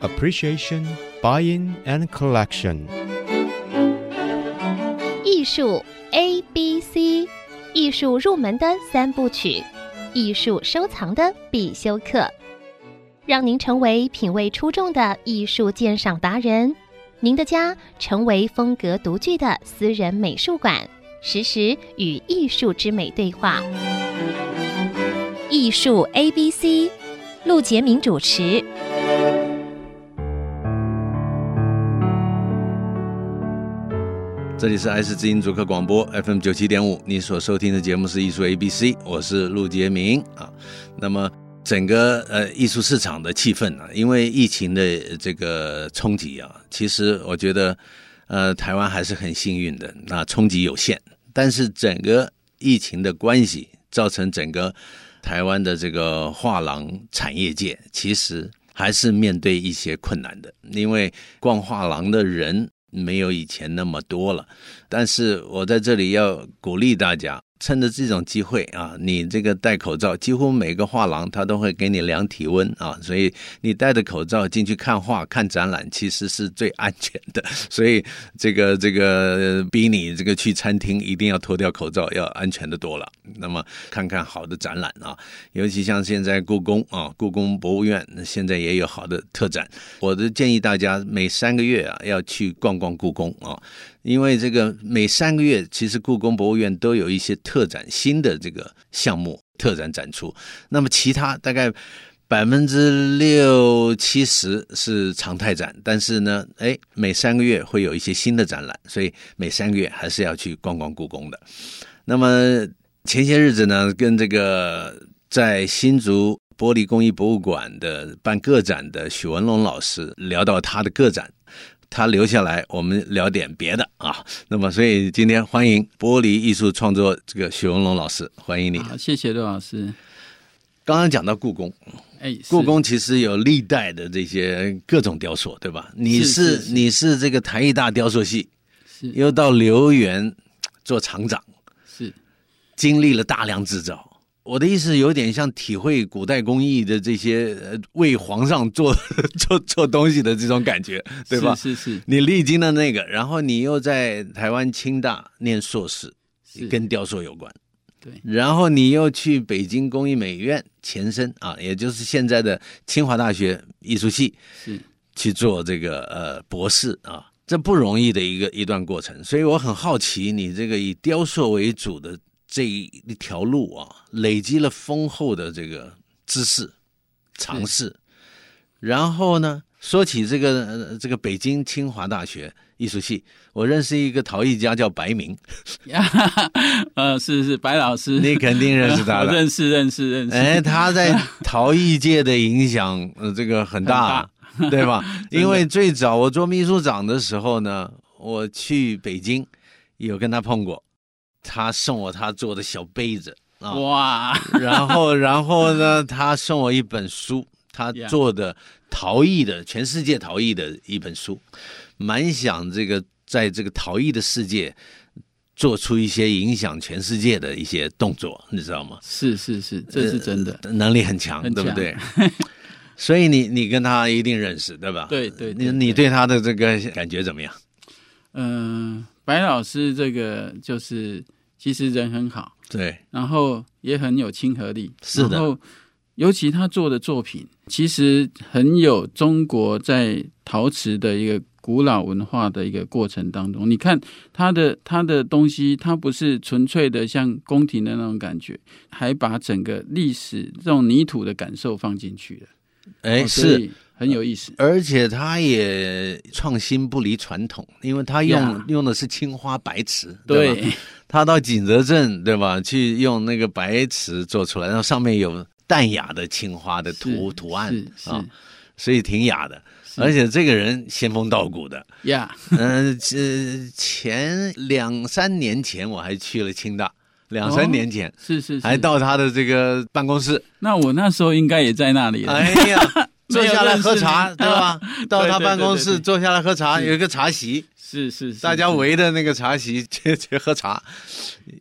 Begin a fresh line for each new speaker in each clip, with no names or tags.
appreciation, buying, and collection.
艺术 A B C，艺术入门的三部曲，艺术收藏的必修课，让您成为品味出众的艺术鉴赏达人，您的家成为风格独具的私人美术馆，实时与艺术之美对话。艺术 A B C，陆杰明主持。
这里是爱思之音主客广播 FM 九七点五，你所收听的节目是艺术 ABC，我是陆杰明啊。那么整个呃艺术市场的气氛啊，因为疫情的这个冲击啊，其实我觉得呃台湾还是很幸运的，那冲击有限，但是整个疫情的关系，造成整个台湾的这个画廊产业界其实还是面对一些困难的，因为逛画廊的人没有以前那么多了。但是我在这里要鼓励大家，趁着这种机会啊，你这个戴口罩，几乎每个画廊它都会给你量体温啊，所以你戴着口罩进去看画、看展览，其实是最安全的。 所以这个这个呃逼你这个去餐厅一定要脱掉口罩，要安全的多了。那么看看好的展览啊，尤其像现在故宫啊，故宫博物院现在也有好的特展。我的建议大家每三个月啊要去逛逛故宫啊，因为这个每三个月，其实故宫博物院都有一些特展新的这个项目特展展出。那么其他大概百分之六七十是常态展，但是呢，哎，每三个月会有一些新的展览，所以每三个月还是要去逛逛故宫的。那么前些日子呢，跟这个在新竹玻璃工艺博物馆的办个展的许文龙老师聊到他的个展，他留下来，我们聊点别的啊。那么，所以今天欢迎玻璃艺术创作这个许文龙老师，欢迎你。
好，谢谢陆老师。
刚刚讲到故宫，
哎，是
故宫其实有历代的这些各种雕塑，对吧？你是
是是
你是这个台艺大雕塑系，
是
又到留园做厂长，
是
经历了大量制造。我的意思有点像体会古代工艺的这些呃为皇上做 做做东西的这种感觉，对吧？
是是
你历经了那个，然后你又在台湾清大念硕士，
是
跟雕塑有关。
对
然后你又去北京工艺美院前身啊，也就是现在的清华大学艺术系
是
去做这个呃博士啊，这不容易的一个一段过程。所以我很好奇，你这个以雕塑为主的这一条路啊，累积了丰厚的这个知识、尝试。然后呢，说起这个、呃这个北京清华大学艺术系，我认识一个陶艺家叫白明，
呀， 呃，是是白老 师，
你肯定认识他
我
的。
认识认识认识。
哎，他在陶艺界的影响， 呃，这个很大， 对 吧？因为最早我做秘书长的时候呢，我去北京有跟他碰过，他送我他做的小杯子啊，
哇，
然后然后呢，他送我一本书，他
Yeah
做的陶艺的全世界陶艺的一本书，蛮想这个在这个陶艺的世界做出一些影响全世界的一些动作，你知道吗？
是是是，这是真的。
呃能力很强，
很
对
强
不对？ 所以你你跟他一定认识，对吧？
对对
你
对
你对他的这个感觉怎么样？呃
嗯、白老师这个就是其实人很好，
对，
然后也很有亲和力。
是的
然后尤其他做的作品，其实很有中国在陶瓷的一个古老文化的一个过程当中。你看他的他的东西，它不是纯粹的像宫廷的那种感觉，还把整个历史这种泥土的感受放进去了。
哎，
哦所
是，
以很有 意思。
而且他也创新不离传统，因为他用
Yeah
用的是青花白瓷，吧？
对，
他到景泽镇，对吧？去用那个白瓷做出来，然后上面有淡雅的青花的图
是
图案
是是
啊，所以挺雅的。
是
而且这个人仙风道骨的，
呀，
嗯，这前两三年前我还去了清大，两三年前、
是是是
还到他的这个办公室。
那我那时候应该也在那里了。
哎呀，坐下来喝 茶，对吧？到他办公
对对
室
对
坐下来喝茶，
是
有一个茶席，
是是是，
大家
是
围着那个茶席 去去喝茶。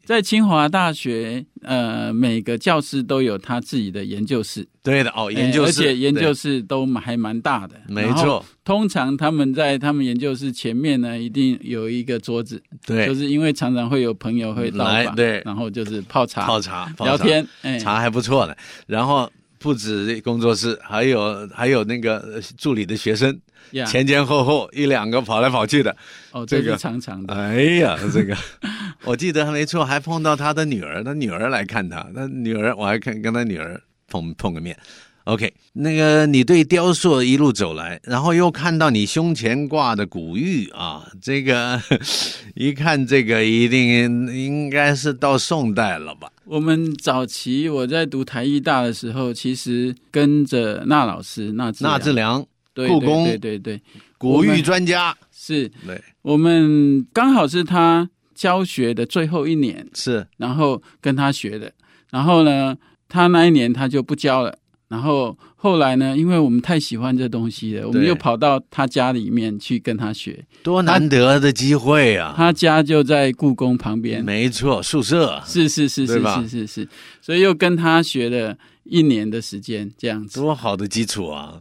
在清华大学，呃，每个教室都有他自己的研究室，
对的，哦，研究
哎而
室，
且研究
对
室都蛮还蛮大的，
没
然后
错，
通常他们在他们研究室前面呢，一定有一个桌子，
对，
就是因为常常会有朋友会到
来
访，
对
然后就是泡茶、
泡茶、泡
聊
茶，
天，哎，
茶还不错呢。然后不止工作室，还有还有那个呃助理的学生，
呀
前前后后一两个跑来跑去的。
哦，
这
这
个
是常常的，
哎呀，这个 我记得没错，还碰到他的女儿，他女儿来看他，他女儿我还看跟他女儿碰碰个面。OK，那个你对雕塑一路走来，然后又看到你胸前挂的古玉啊，这个 一看这个一定应该是到宋代了吧？
我们早期我在读台艺大的时候，其实跟着那老师、那志
纳
良
志良，
对
故
对
宫
对对对，
古玉专家，
是
对，
我们刚好是他教学的最后一年，
是
然后跟他学的。然后呢，他那一年他就不教了。然后后来呢，因为我们太喜欢这东西了，我们
对
又跑到他家里面去跟他学。
多难得的机会啊！
他家就在故宫旁边，
没错，宿舍
是是是
对
是
吧
是是是，所以又跟他学了一年的时间，这样子。
多好的基础啊！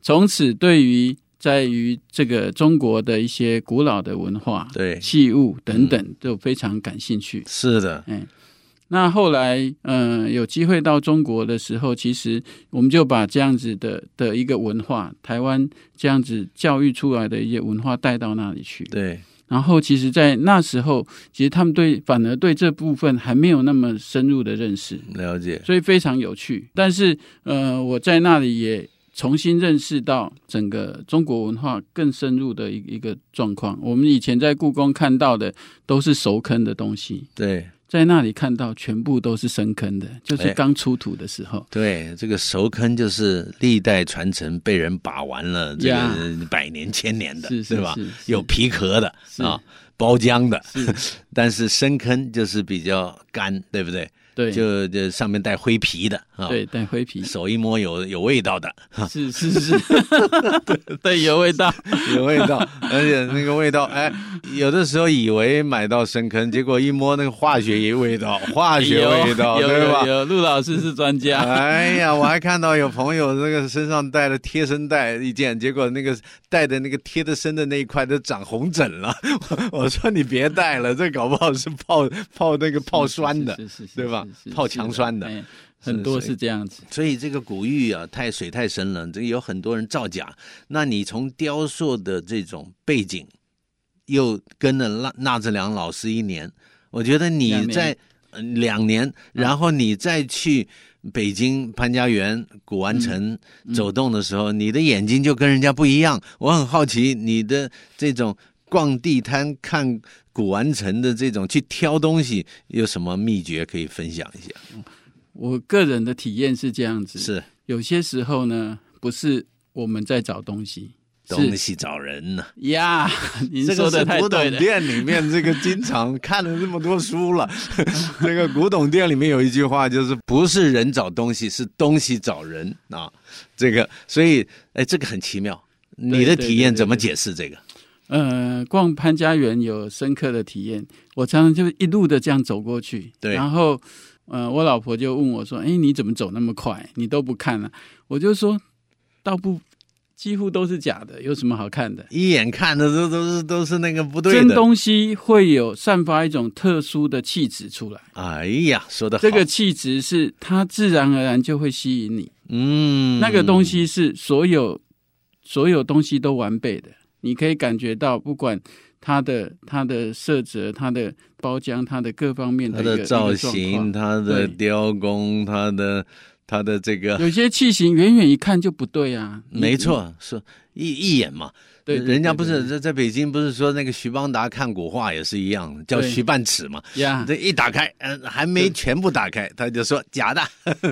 从此对于在于这个中国的一些古老的文化、
对，嗯
器物等等，都非常感兴趣。
是的，
那后来，嗯、有机会到中国的时候，其实我们就把这样子的的一个文化，台湾这样子教育出来的一些文化带到那里去。
对，
然后，其实，在那时候，其实他们对反而对这部分还没有那么深入的认识，
了解。
所以非常有趣。但是，呃，我在那里也重新认识到整个中国文化更深入的一一个状况。我们以前在故宫看到的都是熟坑的东西，
对
在那里看到全部都是深坑的，就是
哎
刚出土的时候。
对，这个熟坑就是历代传承被人把玩了，这
呀
个百年千年的，
是是
对吧
是？是
有皮壳的
是
啊，包浆的，
是，
但是深坑就是比较干，对不对？
对，
就就上面带灰皮的啊，
对，带灰皮，
手一摸有有味道的，
是是 是， 对， 有味道，
有味道，而且那个味道，哎，有的时候以为买到深坑，结果一摸那个化学一味道，化学味道，
哎有
对
有
吧？
有，陆老师是专家，
哎呀，我还看到有朋友那个身上带了贴身带一件，结果那个带的那个贴的身的那一块都长红疹了。 我我说你别带了，这搞不好是泡泡那个泡酸的。
是是是是，
对吧
是？是
泡强酸的，
是哎很多是这样子。
所以这个古玉啊，太水太深了，这有很多人造假。那你从雕塑的这种背景，又跟了纳纳志良老师一年，我觉得你
两年嗯
在呃两年，然后你再去北京潘家园古玩城
嗯
走动的时候，你的眼睛就跟人家不一样。我很好奇你的这种。逛地摊看古玩城的这种去挑东西，有什么秘诀可以分享一下？
我个人的体验是这样子，
是
有些时候呢，不是我们在找东西，
东
是
西找人呢、
呀，您
这个
说的
是
太
古
对
董
了。
店里面，这个经常 看了这么多书了。 这个古董店里面有一句话，就是不是人找东西，是东西找人啊。这个，所以，哎，这个很奇妙。你的
对
体验
对对
怎么
对
解释这个？
呃，逛潘家园有深刻的体验，我常常就一路的这样走过去，
对
然后，呃，我老婆就问我说：“哎，你怎么走那么快？你都不看啊？”我就说：“倒不，几乎都是假的，有什么好看的？”
一眼看的都都是都是那个不对
真
的。
东西会有散发一种特殊的气质出来，
哎呀，说的好。
这个，气质是它自然而然就会吸引你。
嗯，
那个东西是所有所有东西都完备的，你可以感觉到，不管它的它的色泽、它的包浆、它的各方面
它
一个
的造
一个状
型、
况
它的
对
雕工、它的它的这个，
有些器型远远一看就不对啊，你
没，错，是一一眼嘛。
对，对
人家
对
不是
对
在在北京不是说那个徐邦达看古画也是一样的，叫
对
徐半尺嘛。
呀，
这一打开，嗯、还没全部打开，他就说假的，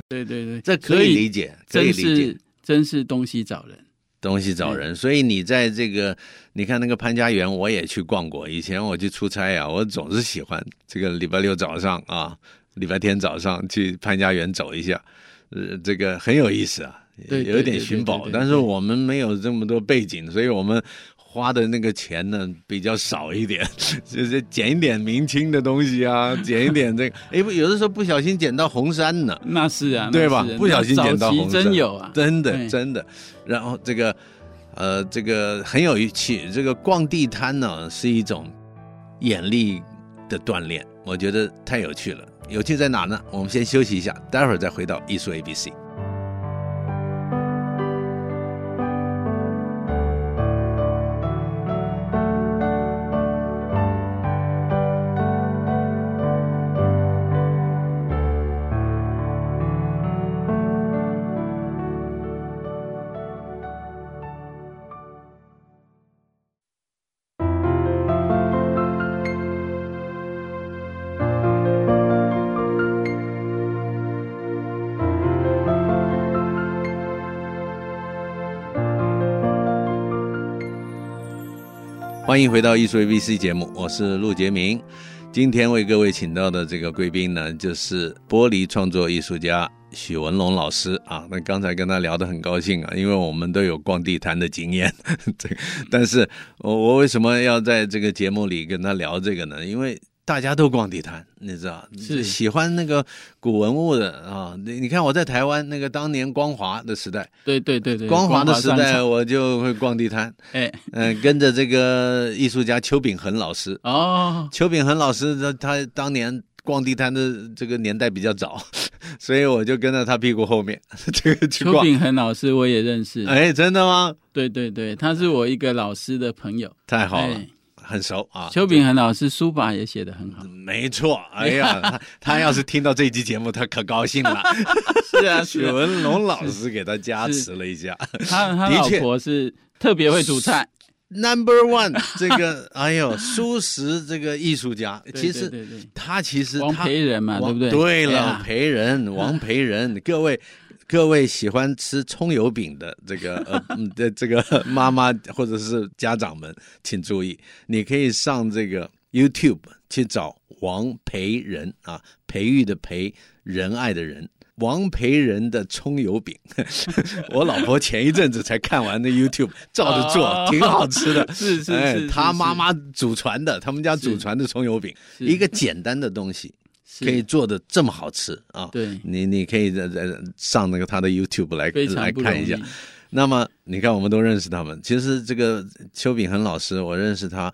对对对，
这可
所
以理解，可以
真
理解
是。真是东西找人，
东西
嗯
找人，所以你在这个，你看那个潘家园，我也去逛过。以前我去出差啊，我总是喜欢这个礼拜六早上啊，礼拜天早上去潘家园走一下，呃，这个很有意思啊。
对
有一
对
点
对
寻
对
宝
对，对
但是
对
我们没有这么多背景，所以我们花的那个钱呢比较少一点， 就是捡一点明清的东西啊，捡一点这个，哎，不有的时候不小心捡到红山呢，
那是啊，
对吧
那是啊
不小心
那
捡到
早期
红参
真有啊，
真的
对
真的。然后这个，呃，这个很有趣，这个逛地摊呢是一种眼力的锻炼，我觉得太有趣了。有趣在哪呢？我们先休息一下，待会儿再回到艺术 A B C。欢迎回到艺术 ABC 节目，我是陆杰明。今天为各位请到的这个贵宾呢，就是玻璃创作艺术家许文龙老师啊。那刚才跟他聊得很高兴啊，因为我们都有逛地摊的经验。 这个，但是我我为什么要在这个节目里跟他聊这个呢？因为大家都逛地摊，你知道，
是
喜欢那个古文物的啊。你你看我在台湾那个当年光华的时代，
对对对对，
光华的时
商
代，哦
场，
我就会逛地摊。
哎，
嗯，跟着这个艺术家邱炳恒老师，
哦，
邱炳恒老师他他当年逛地摊的这个年代比较早， 所以我就跟着他屁股后面 这个去
邱
逛。
炳恒老师我也认识，
哎，真的吗？
对对对，他是我一个老师的朋友，
太好了
哎，
很熟啊。
邱炳恒老师书法也写得很好，
没错，哎 呀，他他要是听到这期节目，他可高兴了。
是啊，
许
是啊
文龙老师给他加持了一下。
他他
的
老
确
婆是特别会煮菜，
Number one，这个哎呦，舒适这个艺术家，
对
其实
对对对
他其实
王
他
培仁嘛，对
王
不对？
对
哎
了
呀，
培 仁，王培仁，各位。各位喜欢吃葱油饼的这个 呃嗯的这个妈妈或者是家长们，请注意，你可以上这个 YouTube 去找王培仁啊，培育的培，仁爱的仁，王培仁的葱油饼。 我老婆前一阵子才看完那 YouTube，照着做
哦，
挺好吃的。
是是是
哎
是
她
是
妈妈祖传的，他们家祖
是
传的葱油饼，
是
一个简单的东西，
是
可以做的这么好吃啊！
对
你你可以在在上那个他的 YouTube 来
非常
来
不容
看一
易
下。，那么你看，我们都认识他们。其实这个邱炳恒老师，我认识他，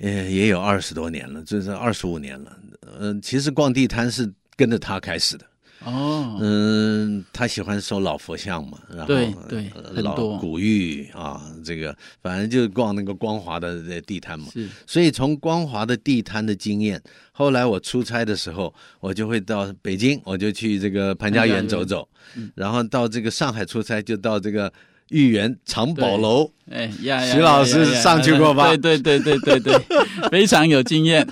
呃，也有二十多年了，就是二十五年了。嗯、其实逛地摊是跟着他开始的。
哦，
嗯、他喜欢收老佛像嘛，然后
对对
呃
很
老
多
古玉啊，这个反正就逛那个光华的呃地摊嘛。
是
所以从光华的地摊的经验，后来我出差的时候，我就会到北京，我就去这个潘家园走走，
嗯
然后到这个上海出差，就到这个豫园藏宝楼。
哎呀呀，
徐老师
呀呀呀
上去过吧
对对对对对对，非常有经验，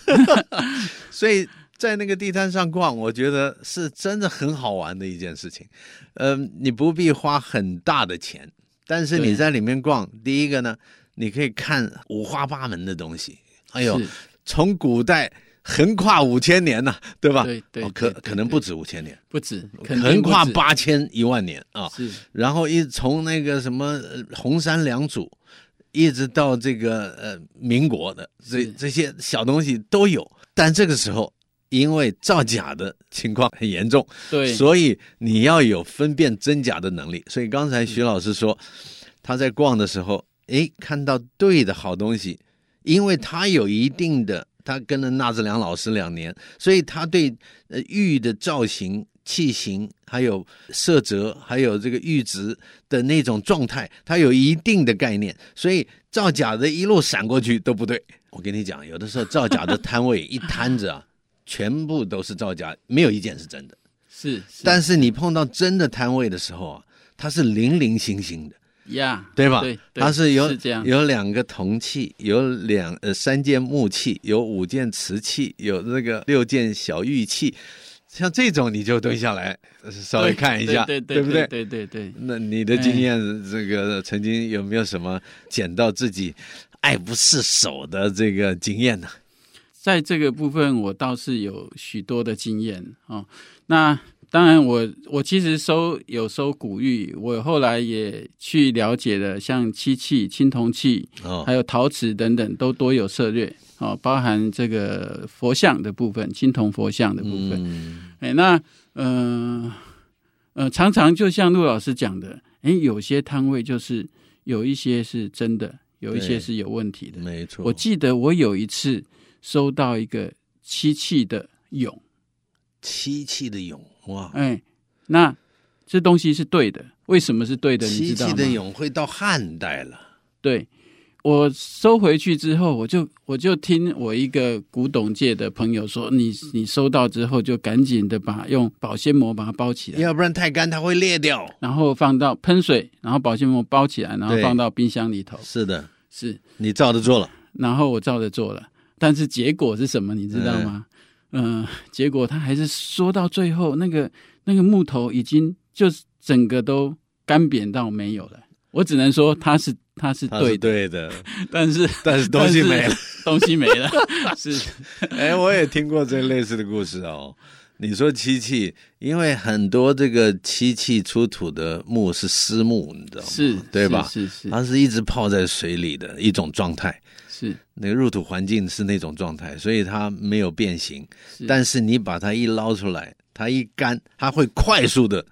所以在那个地摊上逛，我觉得是真的很好玩的一件事情。嗯、你不必花很大的钱，但是你
对
在里面逛，第一个呢，你可以看五花八门的东西。 哎呦
是，
从古代横跨五千年呐、对吧？
对对
哦可
对对
可能不止五千年，
不止，肯定
横跨
不止
八千一万年啊。
是
然后一从那个什么呃红山良渚，一直到这个呃民国的这
是
这些小东西都有。但这个时候，因为造假的情况很严重，
对，
所以你要有分辨真假的能力。所以刚才徐老师说，他在逛的时候，诶，看到对的好东西，因为他有一定的，他跟了纳志良老师两年，所以他对呃玉的造型、器型，还有色泽，还有这个玉质的那种状态，他有一定的概念，所以造假的一路闪过去都不对。我跟你讲，有的时候造假的摊位一摊子啊，全部都是造假，没有一件是真的。
是，是
但是你碰到真的摊位的时候啊，它是零零星星的，
呀，
对吧？
对，
它是有
这样，
有两个铜器，有两呃三件木器，有五件瓷器，有那个六件小玉器，像这种你就蹲下来呃稍微
对
看一下，
对
不
对？对对对，
那你的经验，这个曾经有没有什么捡到自己爱不释手的这个经验呢？
在这个部分我倒是有许多的经验哦。那当然我，我其实收有收古玉，我后来也去了解了，像漆器、青铜器，
哦
还有陶瓷等等，都多有涉略哦，包含这个佛像的部分，青铜佛像的部分。
嗯，
哎，那呃呃，常常就像陆老师讲的，哎，有些摊位就是有一些是真的，有一些
对
是有问题的。
没错，
我记得我有一次收到一个漆器的俑，
漆器的俑哇，
哎，那这东西是对的，为什么是对的？你
漆
知道
器
吗？
的俑会到汉代了，
对，我收回去之后，我就我就听我一个古董界的朋友说，你你收到之后就赶紧的把用保鲜膜把它包起来，
要不然太干它会裂掉。
然后放到喷水，然后保鲜膜包起来，然后
对
放到冰箱里头。
是的，
是，
你照着做了，
然后我照着做了，但是结果是什么？你知道吗？
哎
嗯、结果它还是缩到最后，那个那个木头已经就是整个都干扁到没有了。我只能说它是它是
它是
对的，
对的，
但是
但是东西没了。，
但是 东西没 了，是
哎，我也听过这类似的故事哦。你说漆器，因为很多这个漆器出土的墓是尸木，你知道吗？
是，
对吧？啊
是是
它是一直泡在水里的一种状态，
是
那个入土环境是那种状态，所以它没有变形。
是，
但是你把它一捞出来，它一干，它会快速的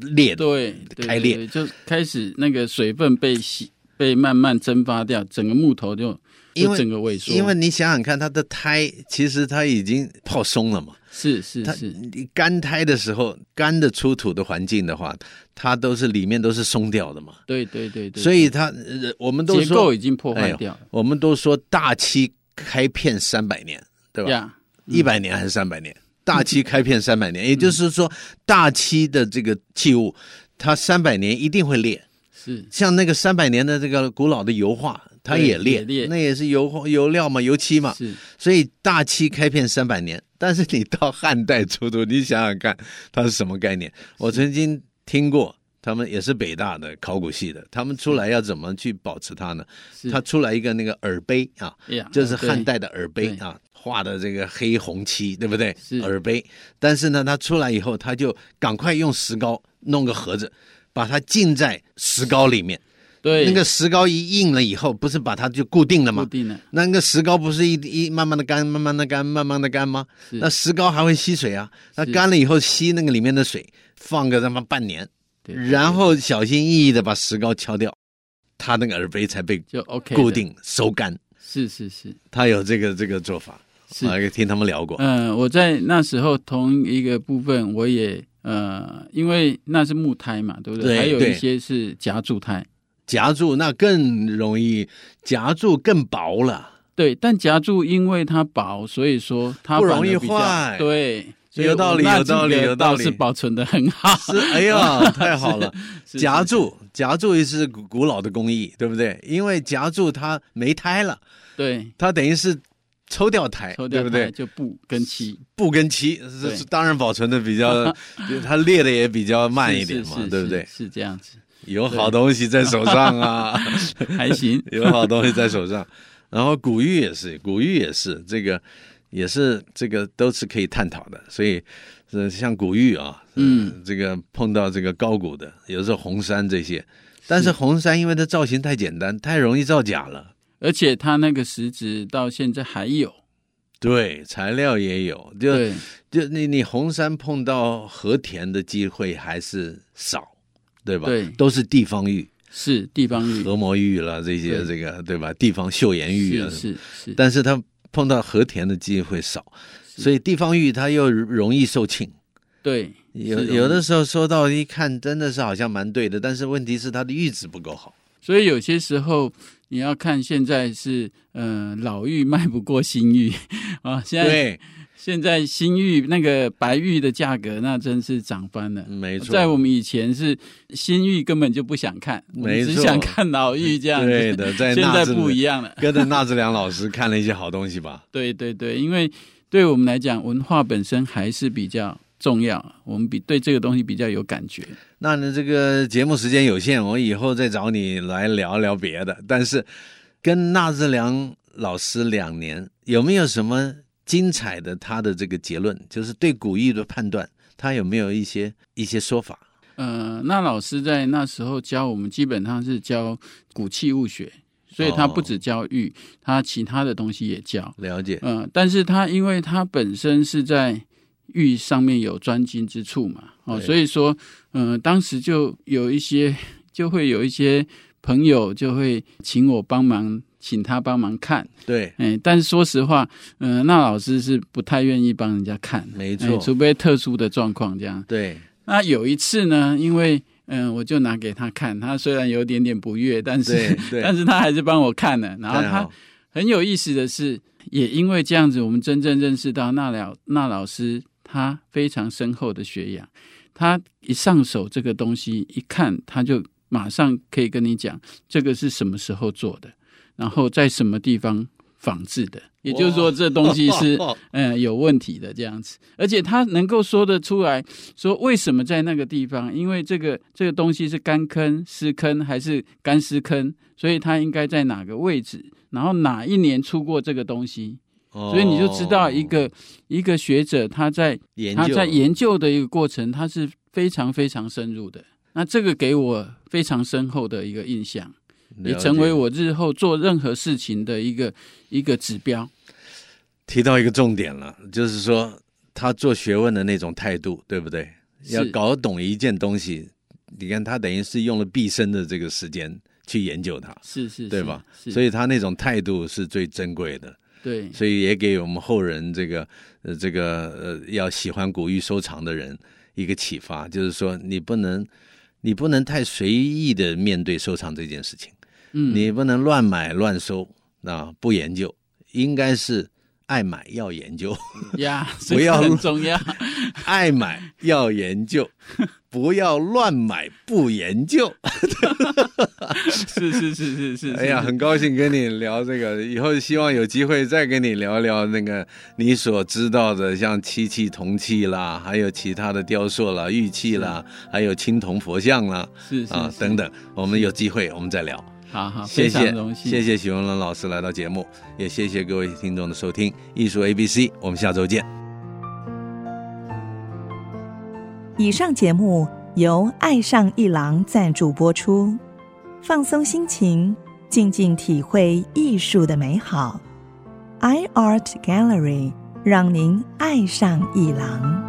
裂的。
对对
开裂
对就开始那个水分被洗。被慢慢蒸发掉，整个木头就
因
就
为
整个萎缩，
因为你想想看，它的胎其实它已经泡松了嘛，
是是
它
是，
你干胎的时候，干的出土的环境的话，它都是里面都是松掉的嘛，
对对对对，
所以它呃我们都
结构
说
已经破
哎
坏
呦
掉了，
我们都说大漆开片三百年，对吧？
呀，嗯
一百、0年还是三百年？大漆开片三百年，也就是说，大漆的这个器物，它三百年一定会裂。
是
像那个三百年的这个古老的油画，它
对
也裂，
也裂
那也是油画油料嘛，油漆嘛。
是
所以大漆开片三百年， 但是你到汉代出土，你想想看，它是什么概念？我曾经听过，他们也是北大的考古系的，他们出来要怎么去保持它呢？
是，
它出来一个那个耳杯啊，
哎呀
就是
对
汉代的耳杯
对
啊，画的这个黑红漆，对不对
是？
耳杯。但是呢，它出来以后，他就赶快用石膏弄个盒子，把它浸在石膏里面。
对
那个石膏一硬了以后，不是把它就固定了
固
吗？
定了，
那那个石膏不是一一慢慢的干，慢慢的干，慢慢的干吗？
是
那石膏还会吸水啊，那干了以后吸那个里面的水，放个他妈半年，
对
然后小心翼翼的把石膏敲掉，它那个耳杯才被
就 OK 的
固，定收干。
是是是
他有这个这个做法，
是，
啊，听他们聊过，
嗯，我在那时候同一个部分我也呃，因为那是木胎嘛，对不
对
还有
对
一些是夹柱胎，
夹住那更容易，夹住更薄了，
对，但夹柱因为它薄，所以说它
不
反
容易
而比较
坏
对。所以
有道理
我那
有道理
几个
有道
倒
理
是保存的很好。
是，哎 呀，太好了，
啊是
夹
是
住夹住也是古古老的工艺，对不对？因为夹住它没胎了，
对，
它等于是抽掉胎，
抽
对
掉
不
它
对？
就布跟漆，
不跟漆，
对
是是当然保存的比 较，它裂的也比较慢一点
是
嘛
是，
对不对
是？是这样子，
有好东西在手上啊。
还行
。有好东西在手上。然后古玉也是，古玉也是这个，也是这个都是可以探讨的。所以，呃，像古玉啊，
嗯
呃，这个碰到这个高古的，有时候红山这些，但是红山因为它造型太简单，太容易造假了。
而且它那个石质到现在还有，
对，材料也有，就
对，
就你你红山碰到和田的机会还是少，对吧？
对
都是地方玉，
是地方玉，
河磨玉了这些，
对
这个对吧？地方岫岩玉啊
是，是是，
但是他碰到和田的机会少，所以地方玉它又容易受罄。
对，
有
是容易
有的，时候收到一看，真的是好像蛮对的，但是问题是它的玉质不够好。
所以有些时候你要看现在是呃老玉卖不过新玉啊，现在
对，
现在新玉那个白玉的价格那真是涨翻了。
没错，
在我们以前是新玉根本就不想看，我们
没
只
错
想看老玉这样子。
对的，在
现在
纳智
不一样了。
跟着纳智良老师看了一些好东西吧。
对对对，因为对我们来讲，文化本身还是比较重要，啊我们比对这个东西比较有感觉。
那呢，这个节目时间有限，我以后再找你来聊聊别的。但是跟纳智良老师两年，有没有什么精彩的他的这个结论？就是对古玉的判断，他有没有一些一些说法？
呃，那老师在那时候教我们，基本上是教古器物学，所以他不只教玉，他其他的东西也教。
了 解，
嗯、但是他因为他本身是在玉上面有专精之处嘛，哦，
对
所以说，嗯、当时就有一些，就会有一些朋友就会请我帮忙，请他帮忙看，
对，
哎，但是说实话，嗯、那老师是不太愿意帮人家看，
没
哎
错，
除非特殊的状况这样。
对，
那有一次呢，因为嗯、我就拿给他看，他虽然有点点不悦，但是
对对 哦
但是他还是帮我看了。然 后
太
他
好
很有意思的是，也因为这样子，我们真正认识到那老那老师他非常深厚的学养，他一上手这个东西一看，他就马上可以跟你讲这个是什么时候做的，然后在什么地方仿制的。也就是说，
哇
这东西是
哦
嗯，有问题的这样子，而且他能够说得出来，说为什么在那个地方，因为这个这个东西是干坑、湿坑还是干湿坑，所以它应该在哪个位置，然后哪一年出过这个东西，
哦
所以你就知道一个、一个学者他在
研
他
究
在研究的一个过程，他是非常非常深入的。那这个给我非常深厚的一个印象，也
哦了
成
解
为我日后做任何事情的一个一个指标。
提到一个重点了，就是说他做学问的那种态度，对不对？
是
要搞懂一件东西，你看他等于是用了毕生的这个时间去研究它，
是是，
对吧？
是
所以他那种态度是最珍贵的，
对，
所以也给我们后人这个呃这个呃要喜欢古玉收藏的人一个启发，就是说你不能你不能太随意的面对收藏这件事情。
嗯，
你不能乱买乱收啊，不研究，应该是爱买要研究，
呀，
不
这个
要
很
乱
重要。
爱买要研究，不要乱买不研究。
是是是是是，
哎呀，
是，
很高兴跟你聊这个，以后希望有机会再跟你聊聊那个你所知道的，像漆器、铜器
嗯
啦，还有其他的雕塑啦、玉器啦，还有青铜佛像啦
是是
啊
是
等，等，我们有机会我们再聊。
好好，
谢
非常
谢
荣，幸，
谢谢许文龙老师来到节目，也谢谢各位听众的收听，艺术 A B C，我们下周见。
以上节目由爱上一郎赞助播出，放松心情，静静体会艺术的美好。iArt Gallery 让您爱上一郎。